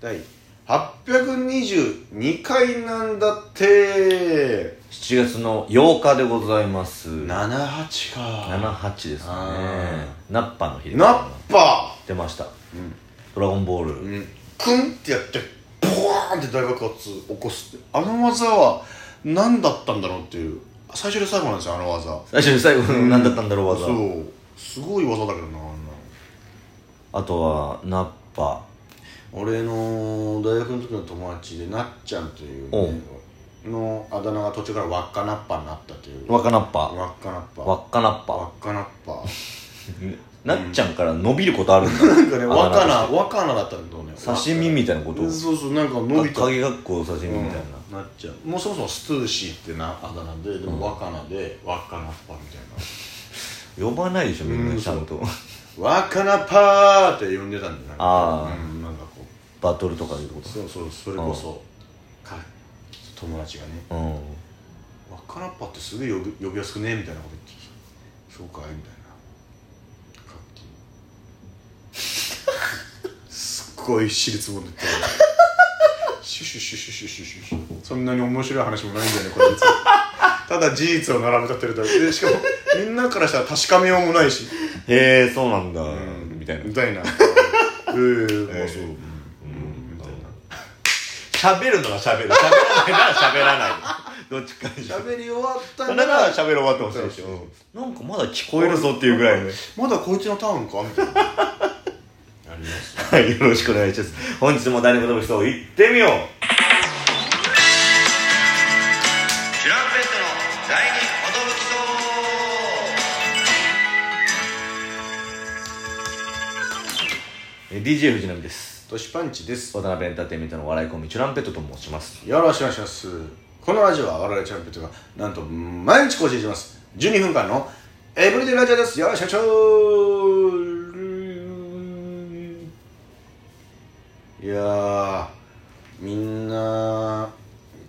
第822回なんだって7月の8日でございます78か78ですねあナッパの日でごナざいッますパ出ました「ドラゴンボール」ーうんクンってやってボワーンって大爆発起こすってあの技は何だったんだろうっていう最初で最後なんですよあの技最初に最後の何だったんだろう技、そうすごい技だけどなあんなあとはナッパ俺の大学の時の友達でなっちゃんという、おうね、のあだ名が途中から輪っかなっぱになったという若ナッパ輪っかなっぱ輪っかナッ輪パっかなっぱなっちゃんから伸びることあるんだなんかねあわか ななわかなだったんだよね刺身みたいなことうんそうそうなんか伸びた影学校刺身みたいうな、んなっちゃうもうそもそもストゥーシーってなあだ名ででもわかなで輪っかなっぱみたいな呼ばないでしょみんなちゃんと、 輪っかなっぱーって呼んでたんだよあーうんなんかこうバトルとかでいうことそうそうそれこそか友達がねうわんからっぱってすげえ呼び呼びやすくねみたいなこと言ってきてそうかいみたいなかっきりすっごい私立もんでってシュシュシュシュシュシュシュシュそんなに面白い話もないんだよねこいつただ事実を並べ立てるだけでしかもみんなからしたら確かめようもないし、へえそうなんだ、うんみたいなみたい なええまあそう、うんうん、みたいな喋るのは喋る喋らないなら喋らない どっちかにし喋り終わったそんれだならら喋る終わってほしいでしょなんかまだ聞こえるぞっていうぐらいのまだこいつのターンかみたい なやりますはいよろしくお願いします本日も誰もの人行ってみようチュランペットの第二音え DJ 藤波ですトシパンチです渡辺エンターテインメントの笑いコンビチュランペットと申しますよろしくお願いしますこのラジオは我々チュランペットがなんと毎日更新します12分間のエブリデイラジオですよろしくお願いしますいやーみんな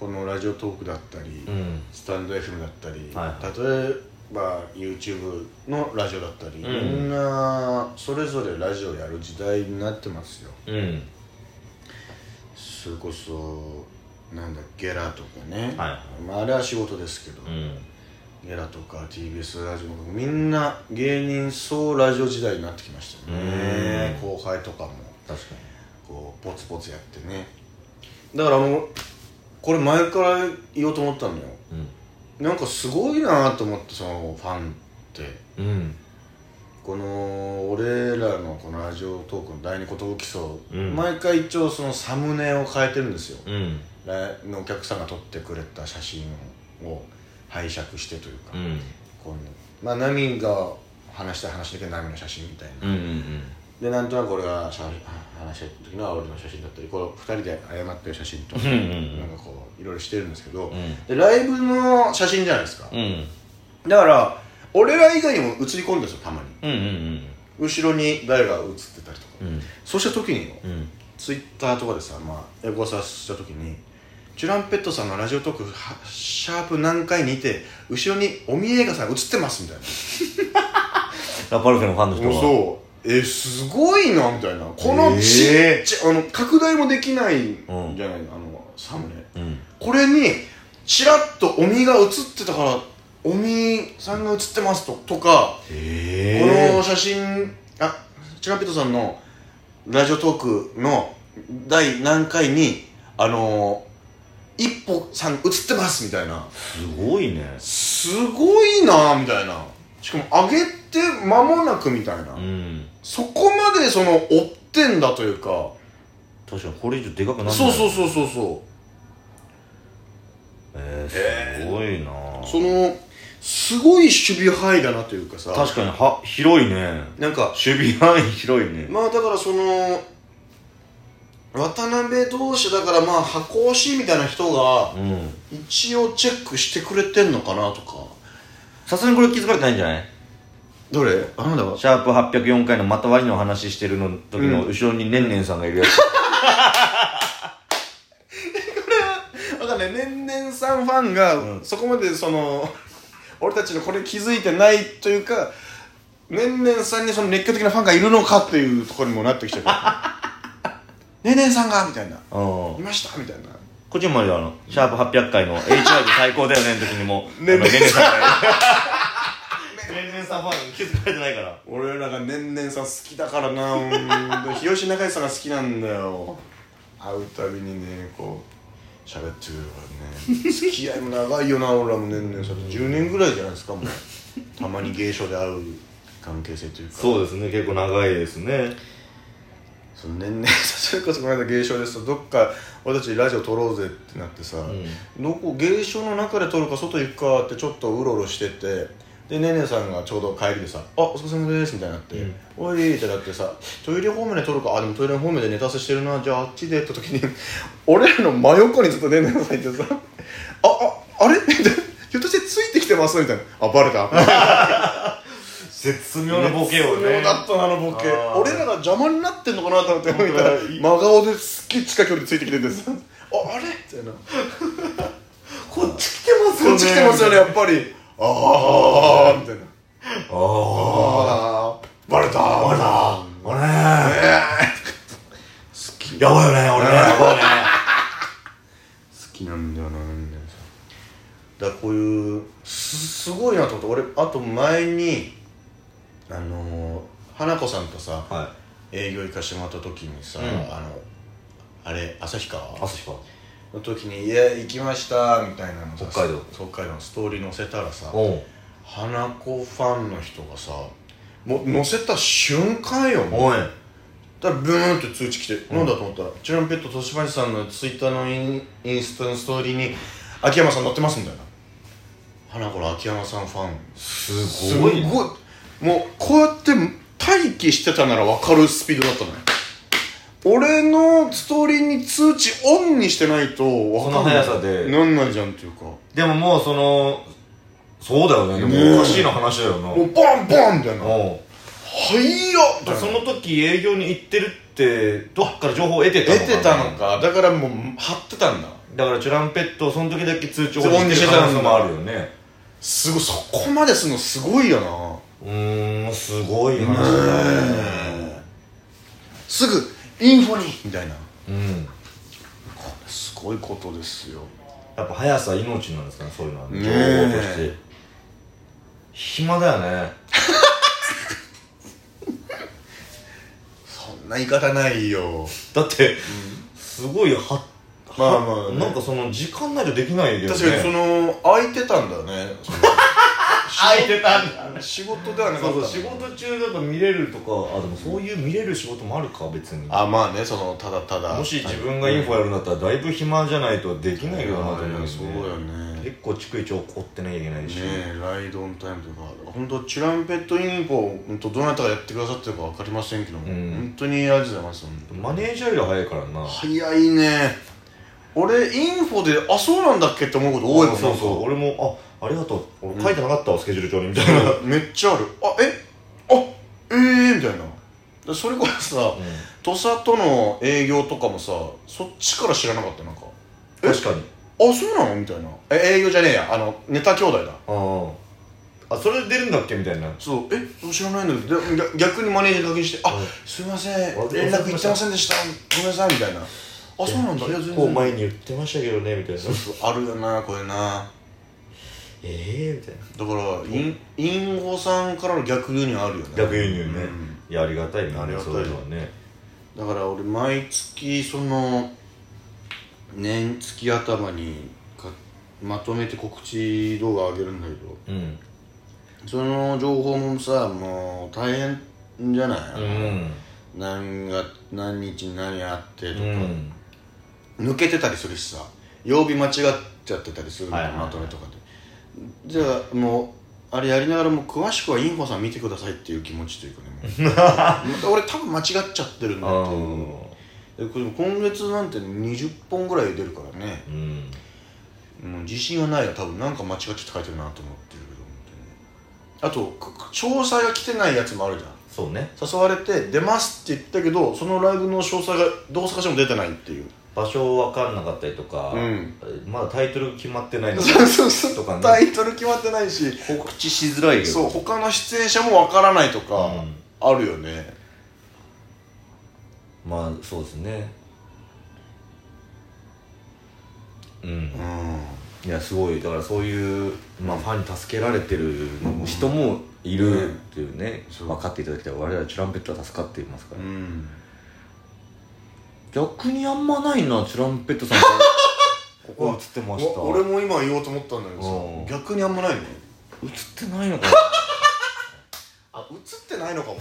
このラジオトークだったり、うんスタンド FM だったり、は例えば YouTube のラジオだったり、うんみんなそれぞれラジオやる時代になってますようんそれこそなんだゲラとかね、はまあ、あれは仕事ですけど、うんゲラとか TBS ラジオとかみんな芸人総ラジオ時代になってきましたよね後輩とかも確かこうポツポツやってねだからあのこれ前から言おうと思ったんだよになんかすごいなと思ってそのファンってうんうんこの俺らのこのラジオトークの第二言武基礎、うん毎回一応そのサムネを変えてるんですよ、うん来のお客さんが撮ってくれた写真を拝借してというか、うんこのまあ波が話したい話だけど波の写真みたいな、うんうんでなんとなく俺がしゃ話してる時の俺の写真だったりこの2人で謝ってる写真とうんか、うんなんかこういろいろしてるんですけど、んでライブの写真じゃないですか、うんだから俺ら以外にも写り込んでるんですよたまにうんうん後ろに誰が写ってたりとか、うんそうした時によ、うんツイッターとかでさ、まあ、エゴサした時にチュランペットさんのラジオトークはシャープ何回にいて後ろにおみえがさん映ってますみたいなラパルフェのファンの人はそうえすごいなみたいなこのちっちゃい、えあの拡大もできないんじゃうんない、あのサムネうんこれにちらっとおみが映ってたからおみさんが映ってますととかへこえの写真あチュランペットさんのラジオトークの第何回にあのー、一歩さん映ってますみたいなすごいねすごいなみたいなしかも上げて間もなくみたいな、うんそこまでその追ってんだというか確かにこれ以上でかくなんないそうそううそうそうそえーすごいなうそのすごい守備範囲だなというかさ確かには広いねなんか守備範囲広いねまあだからその渡辺同士だからまあ箱推しみたいな人がうん一応チェックしてくれてんのかなとかさすがにこれ気づかれてないんじゃないどれあなたはシャープ804回のまた割りの話してるの時の後ろにねんねんさんがいるやつ、だからね年々さんファンが、うんそこまでその 俺たちのこれ気づいてないというか 年々さんにその熱狂的なファンがいるのかっていうところにもなってきちゃうからねえねえさんが」みたいなうん「いました」みたいなこっちもあるよあのシャープ800回の HIB 最高だよねの時 にもねあのねねさんからね ねさんファン気づかれてないから俺らが年々さん好きだからなうんで日吉中井さんが好きなんだよ会うたびにねこう喋ってくるからね付き合いも長いよな俺らも年々さんと10年ぐらいじゃないですかもうたまに芸所で会う関係性というかそうですね結構長いですねその年々 さそれこそこの間芸商でさどっか俺たちラジオ撮ろうぜってなってさ、どこ芸商の中で撮るか外行くかってちょっとうろうろしててでねねさんがちょうど帰りでさ「あお疲れ様です」みたいになって「うんおい」ってなってさトイレ方面で撮るかあでもトイレ方面でネタ合わせしてるなじゃああっちでって時に 俺らの真横にずっとねねさんいてさ「あああれ?」みたいな「ひょっとしてついてきてます?」みたいな「あバレた」絶妙なボケを絶ね妙だったなあのボケあー俺らが邪魔になってんのかなと思って見たら本当だ真顔ですっげえ近い距離でついてきててさ ああれみたいなこっち来てますよこねっち来てますよねやっぱりああみたいなあああバレたバレたあ俺ね好きやばいよね俺ねやばいね好きなんだよなみたいなさだからこういうすすごいなと思って俺あと前にあのー花子さんとさは営業行かしてもらった時にさ、うんあのあれ旭川い朝日かの時に「いや行きました」みたいなのさ北海道そう北海道のストーリー載せたらさおう花子ファンの人がさもう載せた瞬間よもうおいだからブーンって通知来て、んなんだと思ったらチュランペット年橋さんのツイッターのインインスタのストーリーに秋山さん載ってますみたいな花子の秋山さんファンすごいねすもうこうやって待機してたなら分かるスピードだったのよ俺のストーリーに通知オンにしてないと分かんないその速さでなんないじゃんっていうかもでももうそのそうだよねでねえもおかしいな話だよなうボンボンみたいな「はいおうよ!」みたいなその時営業に行ってるってどっから情報を得てた出のかなてたのかだからもう張ってたんだだからチュランペットをその時だけ通知をオンにしてた可能性もあるよねすごいそこまでするのすごいよなうーんすごい話だねすぐインフォにみたいなうんこれすごいことですよやっぱ速さ命なんですかねそういうのはね情え報として暇だよねそんな言い方ないよだってすごいはまあまあはねなんかその時間ないとできないよね確かにその空いてたんだよねその空いてたんだ仕事ではなかそっうたそう仕事中だと見れるとかあでもそういう見れる仕事もあるか別にあまあねそのただただもし自分がインフォやるんだったらだいぶ暇じゃないとできないよなと思うよねそうだよねね結構逐一怒ってなきゃいけないし、えライドオンタイムというか本当チュランペットインフォとどなたがやってくださってるか分かりませんけども、うん本当にありがとうございます本当にマネージャーより早いからな早いね俺インフォであそうなんだっけって思うこと多いもんあそうなんかそう俺もあありがとう俺書いてなかったわ、スケジュール帳にみたいな、うんめっちゃあるあえあええー、みたいなでそれこそさ土佐との営業とかもさそっちから知らなかったなんか確かにあそうなのみたいなえ営業じゃねえやあのネタ兄弟だああそれで出るんだっけみたいなそうえ知らないんだけどで逆逆にマネージャーに確認して「あうんすいませんお連絡いってませんでしたごめんなさい」みたいな「あそうなんだいや結全構然前に言ってましたけどねみたいなあるよなこれなええみたいだなからインインゴさんからの逆輸入あるよね逆輸入ね、うんいやありがたいなありがたいそういうのはねだから俺毎月その年月頭にかまとめて告知動画上げるんだけどうんその情報もさもう大変じゃない、うん何が何日に何あってとうか、ん抜けてたりするしさ曜日間違っちゃってたりするの、はいはいはいまとめとかでじゃあもうあれやりながらも詳しくはインフォさん見てくださいっていう気持ちというかねもう また俺多分間違っちゃってるんだあと思うでこれも今月なんて20本ぐらい出るからねーうんもう自信はないよ多分なんか間違って書いてるなと思ってるけど本当にあとく詳細が来てないやつもあるじゃんそうね誘われて出ますって言ったけどそのライブの詳細がどう探しても出てないっていう場所分かんなかったりとか、うんまだタイトル決まってないのにそうそうそうとか ねタイトル決まってないし告知しづらいよそう他の出演者もわからないとかうんあるよね、まあそうですねうんういやすごいだからそういう、まあ、ファンに助けられてる人もいるっていうね、そう分かっていただきたい我々チュランペットは助かっていますから、んうん逆にあんまないなチュランペット さんここ映ってましたお俺も今言おうと思ったんだけうどんさ逆にあんまないね映ってな いのかなあ映ってないのかも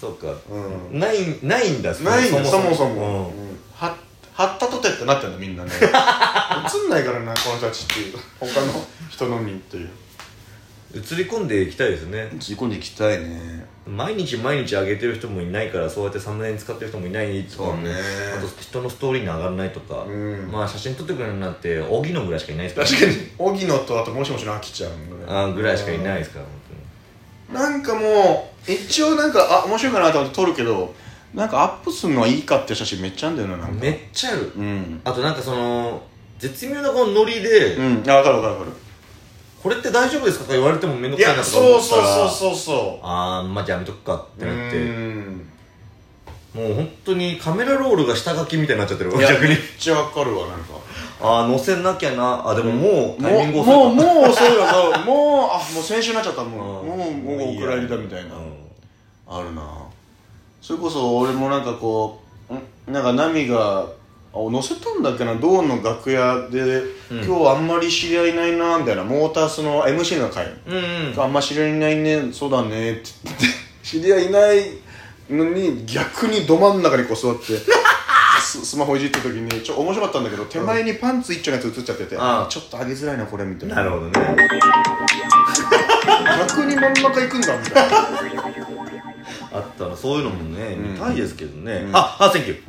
そうか、うないないんだないんだそもそうんもうんは貼ったとてってなってんだみんな ね映んないからなこの人たちっていう他の人のみっていう映り込んでいきたいですね映り込んでいきたいね毎日毎日上げてる人もいないからそうやってサムネに使ってる人もいないとかそうねあと人のストーリーに上がらないとか、うんまあ写真撮ってくれるなんて荻野ぐらいしかいないですから確かに荻野とあともしもしのあきちゃんぐらいあーぐらいしかいないですから本なんかもう一応なんかあ面白いかなと思って撮るけどなんかアップするのはいいかって写真めっちゃあんだよなな当んにかめっちゃあるうんあとなんかその絶妙なこのノリで、うんあ分かる分かる分かこれって大丈夫ですかとか言われても面る倒くさいなとか思ったらそうそああまあじゃあやめとくかってうなってんもう本当にカメラロールが下書きみたいになっちゃってるいや逆にめっちゃ分かるわなんかああ載せなきゃなあでももうもタイミングう遅いもうかもう遅いわそうもうあもう先週になっちゃったもうもうもうお蔵入りだみたいなうんあるなそれこそ俺もなんかこうんなんかナミがあ乗せたんだっけなドーンの楽屋で、うん今日あんまり知り合いいないなみたいなモータースの MC の会、うんあんま知り合いいないねそうだねって言って知り合いいないのに逆にど真ん中にこう座って ススマホいじった時にちょ面白かったんだけど手前にパンツ一丁のやつ映っちゃってて、ああちょっと上げづらいなこれみたいななるほどね逆に真ん中行くんだみたいなあったらそういうのもね、うん見たいですけどね、うんああセンキュー